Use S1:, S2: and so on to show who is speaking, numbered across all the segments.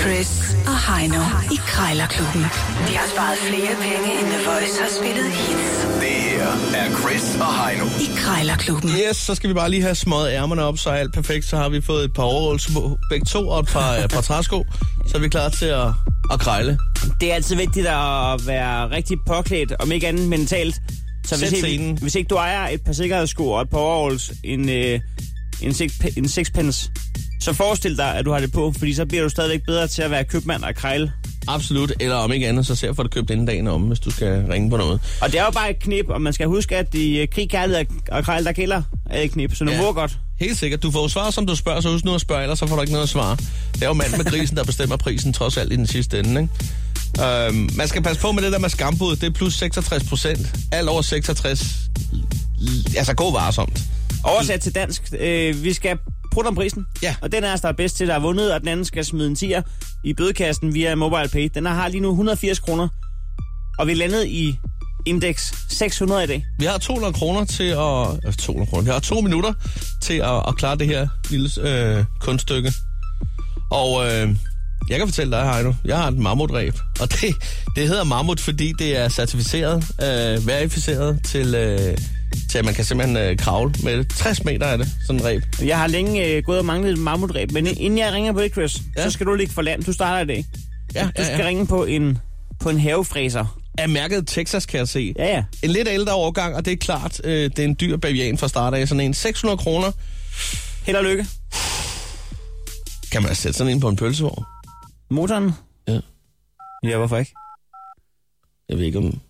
S1: Chris og Heino i Krejlerklubben. De har sparet flere penge, end The Voice har spillet hits
S2: Det her er Chris og Heino.
S1: i Krejlerklubben.
S3: Yes, så skal vi bare lige have smøget ærmerne op, så er alt perfekt. Så har vi fået et par overholdelser på begge to og et par, øh, par træsko. Så er vi klar til at, at krejle.
S4: Det er altid vigtigt at være rigtig påklædt, om ikke andet mentalt. Så
S3: Sæt
S4: hvis, ikke,
S3: scenen.
S4: hvis ikke du ejer et par sikkerhedssko og et par overalls, en, øh, en, six, en sixpence, så forestil dig, at du har det på, fordi så bliver du stadigvæk bedre til at være købmand og krejle.
S3: Absolut. Eller om ikke andet, så ser for det købt inden dagen om, hvis du skal ringe på noget.
S4: Og det er jo bare et knip, og man skal huske, at i øh, krig, kærlighed og- og krejl, der gælder alle knip, så du
S3: Ja.
S4: ja. må godt.
S3: Helt sikkert. Du får svar, som du spørger, så husk nu at spørge, ellers så får du ikke noget at svare. Det er jo manden med grisen, der bestemmer prisen trods alt i den sidste ende, ikke? Øhm, man skal passe på med det der med skambud. Det er plus 66 procent. Alt over 66. l- Altså, gå varsomt.
S4: Oversat til dansk, øh, vi skal prutte om prisen.
S3: Ja.
S4: Og den er os, der er bedst til, der er vundet, og den anden skal smide en tier i bødekassen via MobilePay. Den har lige nu 180 kroner, og vi er landet i indeks 600 i dag.
S3: Vi har 200 kroner til at... øh, 200 kroner. Vi har to minutter til at, at klare det her lille øh, kunststykke. Og øh, jeg kan fortælle dig, Heino, jeg har et mammutræb. Og det, det hedder mammut, fordi det er certificeret, øh, verificeret til, øh, til, at man kan simpelthen øh, kravle med det. 60 meter er det, sådan en ræb.
S4: Jeg har længe øh, gået og manglet et mammutræb, men inden jeg ringer på det, Chris,
S3: Ja.
S4: ja. så skal du ligge for land. Du starter i dag.
S3: Ja,
S4: Du
S3: ja,
S4: skal
S3: ja.
S4: ringe på en, på en havefræser.
S3: Er mærket Texas, kan jeg se.
S4: Ja, ja.
S3: En lidt ældre årgang, og det er klart, øh, det er en dyr bavian fra start af. Sådan en 600 kroner
S4: Held og lykke.
S3: kan man sætte sådan en på en pølsevogn.
S4: Motoren?
S3: Ja.
S4: Ja, hvorfor ikke?
S3: Jeg ved ikke om...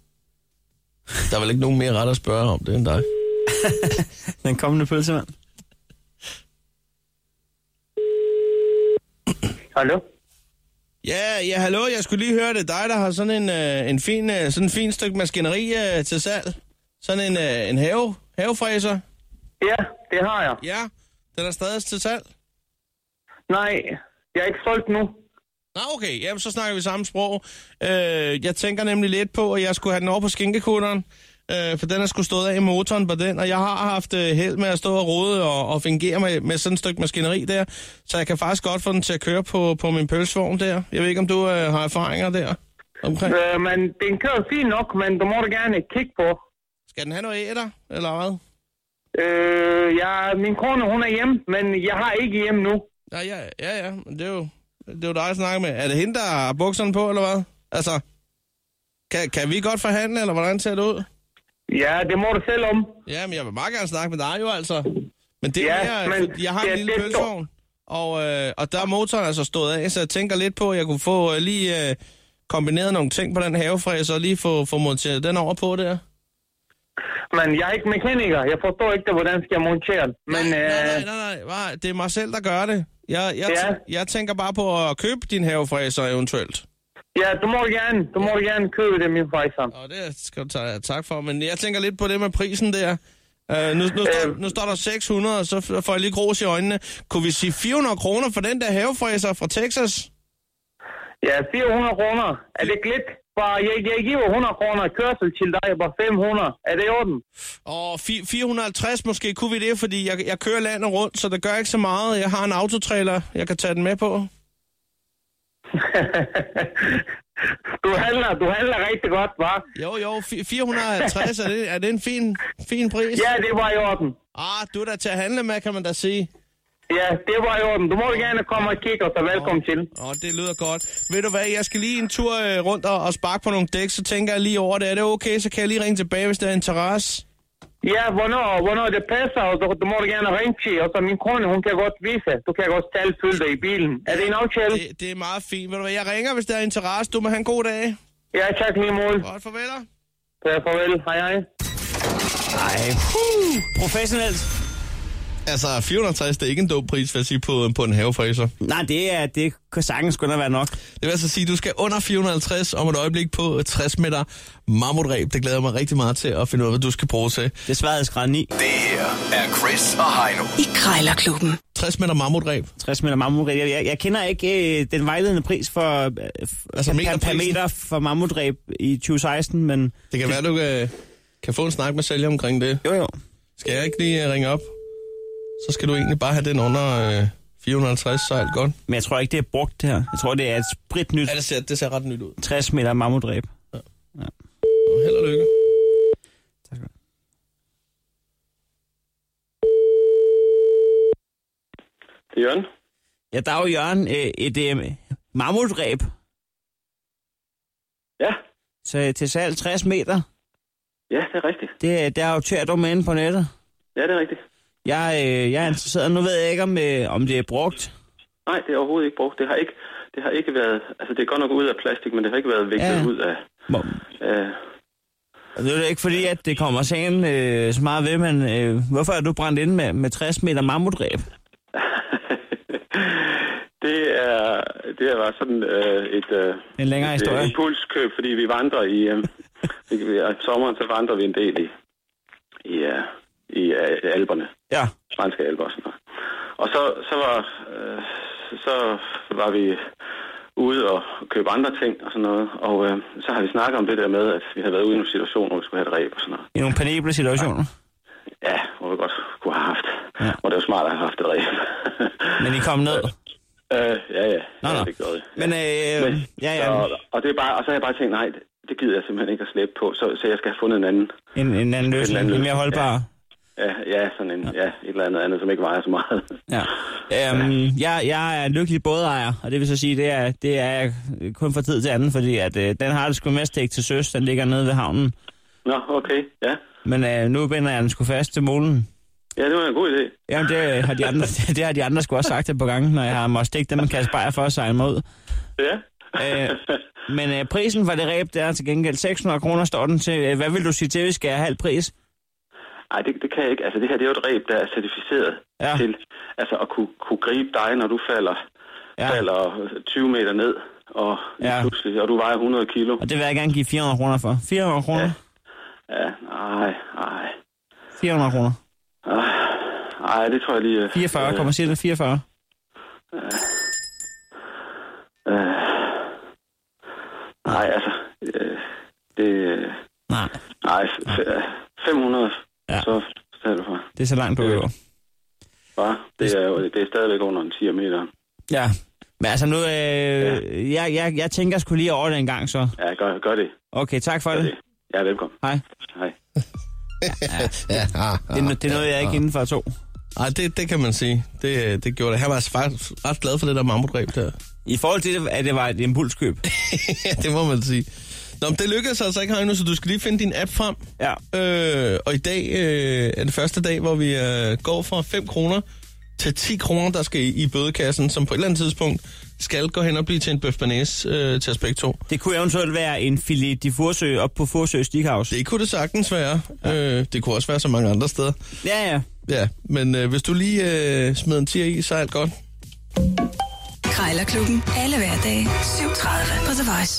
S3: Der er vel ikke nogen mere ret at spørge om det end dig.
S4: Den kommende pølsemand.
S5: Hallo?
S3: Ja, ja, hallo, jeg skulle lige høre, det er dig, der har sådan en, øh, en fin, øh, sådan en fin stykke maskineri øh, til salg. Sådan en, øh, en have, havefræser.
S5: Ja, det har jeg.
S3: Ja, den er stadig til salg.
S5: Nej, jeg er ikke solgt nu.
S3: Nå, okay, jamen, så snakker vi samme sprog. Øh, jeg tænker nemlig lidt på, at jeg skulle have den over på skinkekutteren, øh, for den er skulle stået af i motoren på den, og jeg har haft øh, held med at stå og rode og, og fingere med, med sådan et stykke maskineri der, så jeg kan faktisk godt få den til at køre på, på min pølsevogn der. Jeg ved ikke, om du øh, har erfaringer der omkring.
S5: Øh, men den kører fint nok, men du må da gerne kigge på.
S3: Skal den have noget æder, eller hvad?
S5: Øh, jeg, min kone, hun er hjemme, men jeg har ikke hjemme nu.
S3: Ja, ja, ja, ja. men Det er jo, det er jo dig, jeg snakker med. Er det hende, der har bukserne på, eller hvad? Altså, kan, kan vi godt forhandle, eller hvordan ser det ud?
S5: Ja, det må du selv om.
S3: Ja, men jeg vil meget gerne snakke med dig jo, altså. Men det er
S5: Ja,
S3: mere,
S5: men
S3: fordi jeg har
S5: det
S3: en
S5: er
S3: lille
S5: det,
S3: pølsevogn, og, øh, og der er motoren altså stået af, så jeg tænker lidt på, at jeg kunne få øh, lige øh, kombineret nogle ting på den havefræs, og lige få, få monteret den over på der.
S5: Men jeg er ikke mekaniker. Jeg forstår ikke, hvordan skal jeg montere den. Men
S3: nej,
S5: øh,
S3: nej, nej, nej, nej, det er mig selv, der gør det. Jeg, jeg,
S5: Ja.
S3: tæ- jeg tænker bare på at købe din havefræser eventuelt.
S5: ja, du må gerne, du må gerne købe det, min fejser.
S3: Og det skal du tage tak for, men jeg tænker lidt på det med prisen der. Øh, nu, nu, står,
S5: Øh.
S3: nu står der 600, og så f- får jeg lige grus i øjnene. Kunne vi sige 400 kroner for den der havefræser fra Texas?
S5: Ja, 400 kroner. Er det ikke lidt? Bare, jeg, jeg giver 100 kroner kørsel til dig, bare 500. Er det i orden?
S3: Og fi- 450 måske, kunne vi det, fordi jeg, jeg kører landet rundt, så det gør ikke så meget. Jeg har en autotrailer, jeg kan tage den med på.
S5: du handler, du handler rigtig godt, hva'?
S3: Jo, jo, fi- 450, er det, er det en fin, fin pris?
S5: Ja, det var i orden.
S3: Ah, du er da til at handle med, kan man da sige.
S5: Ja, det var i orden. Du må gerne komme og kigge, og så velkommen til.
S3: Åh, det lyder godt. Ved du hvad, jeg skal lige en tur øh, rundt og, og sparke på nogle dæk, så tænker jeg lige over det. Er det okay, så kan jeg lige ringe tilbage, hvis der er interesse?
S5: Ja, hvornår, hvornår det passer, og du, du må gerne ringe til, og så min kone, hun kan godt vise. Du kan godt selv følge dig i bilen. Er det en aftale?
S3: Det, det er meget fint. Ved du hvad, jeg ringer, hvis der er interesse. Du må have en god dag.
S5: Ja, tak lige måde.
S3: Godt, farveler.
S5: Ja, farvel. Hej, hej.
S4: Nej. Professionelt.
S3: Altså, 460, det er ikke en dum pris, vil jeg sige, på, på en havefræser.
S4: Nej, det er det kan sagtens kun være nok.
S3: Det vil altså sige, at du skal under 450 om et øjeblik på 60 meter mammutræb. Det glæder jeg mig rigtig meget til at finde ud af, hvad du skal bruge til.
S4: Det er sværhedsgrad 9.
S2: Det her er Chris og Heino.
S1: I Krejlerklubben.
S3: 60 meter mammutræb.
S4: 60 meter mammutræb. Jeg, jeg, jeg kender ikke øh, den vejledende pris for, øh, f-
S3: Altså
S4: per, per, per
S3: meterprisen.
S4: meter for mammutræb i 2016, men
S3: Det kan være, du kan, kan få en snak med sælger omkring det.
S4: jo jo.
S3: Skal jeg ikke lige øh, ringe op? Så skal du egentlig bare have den under øh, 450, så er alt godt.
S4: Men jeg tror ikke, det er brugt det her. Jeg tror, det er et spritnyt
S3: Ja, det ser, det ser ret nyt ud.
S4: 60 meter mammutræb.
S3: Og held og lykke.
S4: Tak skal du have.
S5: Jørgen?
S4: Ja, der er jo Jørgen øh, et øh, mammutræb
S5: Ja,
S4: så, øh, til salg 60 meter.
S5: ja, det er rigtigt.
S4: Det, øh, der er jo tørt om inde på nettet.
S5: Ja, det er rigtigt.
S4: Jeg, øh, jeg er interesseret. Nu ved jeg ikke, om, øh, om det er brugt.
S5: Nej, det er overhovedet ikke brugt. Det har ikke, det har ikke været... Altså, det er godt nok ud af plastik, men det har ikke været vigtet
S4: Ja.
S5: ja. ud af...
S4: Må,
S5: af
S4: Og det er jo ikke fordi, at det kommer sagen øh, så meget ved, men øh, hvorfor er du brændt inde med, med 60 meter mammutræb?
S5: det er det var sådan øh, et, øh,
S4: En længere
S5: et øh,
S4: historie.
S5: impulskøb, fordi vi vandrer i øh, i- om sommeren, så vandrer vi en del i i, øh, i øh, alberne,
S4: Ja,
S5: franske alber og sådan noget. Og så, så var øh, så var vi ude og købe andre ting og sådan noget, og øh, så har vi snakket om det der med, at vi havde været ude i nogle situationer, hvor vi skulle have et ræb og sådan noget.
S4: i nogle penible situationer.
S5: Ja, hvor vi godt kunne have haft. Ja. Og det var smart at have haft et ræb.
S4: Men I kom ned.
S5: øh, ja, ja.
S4: Nå,
S5: ja,
S4: nå.
S5: Det gjorde det.
S4: Men
S5: øhm,
S4: øh, ja, ja,
S5: Så, og, det er bare, og så har jeg bare tænkt, nej, det gider jeg simpelthen ikke at slæbe på, så, så jeg skal have fundet en anden.
S4: en, en anden løsning, en mere holdbar.
S5: Ja, ja sådan en, ja, et eller andet andet, som ikke vejer så meget.
S4: Ja. Øhm, jeg, jeg er en lykkelig bådejer, og det vil så sige, det er, det er jeg kun fra tid til anden, fordi at, øh, den har det sgu mest ikke til søs, den ligger nede ved havnen.
S5: Nå, okay, ja.
S4: Men øh, nu binder jeg den sgu fast til molen.
S5: Ja, det var en god idé.
S4: Jamen, det øh, har de andre, det har de andre sgu også sagt et par gange, når jeg har måttet stikke dem en kasse bajer for at sejle mig ud.
S5: Ja.
S4: Øh, men øh, prisen for det ræb, der er til gengæld 600 kroner, står den til. Øh, Hvad vil du sige til, hvis skal have halv pris?
S5: Ej, det, det kan jeg ikke. Altså, det her, det er jo et reb, der er certificeret
S4: Ja.
S5: ja. til altså, at kunne, kunne gribe dig, når du falder,
S4: Ja.
S5: ja. falder 20 meter ned, og,
S4: Ja.
S5: ja. pludselig, og du vejer 100 kilo.
S4: Og det vil jeg gerne give 400 kroner for. 400 kroner? Ja.
S5: Ja. Ja, nej, nej.
S4: 400 kroner.
S5: Nej, det tror jeg lige... øh,
S4: 44, kommer siger det 44.
S5: Øh, nej, altså... Øh, det... øh,
S4: Nej,
S5: Nej, f- f- øh, 500,
S4: Ja.
S5: ja. så tager du for.
S4: det er så langt, du
S5: Øh.
S4: øver.
S5: Bare, det er, jo- det er stadigvæk under en 10 meter.
S4: Ja. Men altså nu, øh, ja. jeg, jeg, jeg tænker sgu lige over det en gang, så.
S5: Ja, gør, gør det.
S4: Okay, tak for
S5: Gør
S4: det.
S5: det. Ja, velkommen.
S4: Hej.
S5: Hej.
S3: Ja, ah,
S4: Det, er no- det er noget, jeg er ikke inden for to.
S3: Ej, det, det kan man sige. Det, øh, det gjorde det. Han var altså faktisk ret glad for det der mammutræb der.
S4: I forhold til, at det var et impulskøb.
S3: ja, det må man sige. Nå, men det lykkedes altså ikke, Heino, så du skal lige finde din app frem.
S4: Ja.
S3: Øh, og i dag øh, er det første dag, hvor vi øh, går fra 5 kroner til 10 kroner, der skal i, i bødekassen, som på et eller andet tidspunkt skal gå hen og blive til en bøf bearnaise, øh, til aspekt 2.
S4: Det kunne eventuelt være en filet de Fursø op på Fursø Stighaus.
S3: Det kunne det sagtens være. Ja. Øh, det kunne også være så mange andre steder.
S4: Ja, ja.
S3: Ja, men øh, hvis du lige øh, smider en tier i, så er alt godt.
S1: Krejlerklubben. Alle hverdage. 7.30 på The Voice.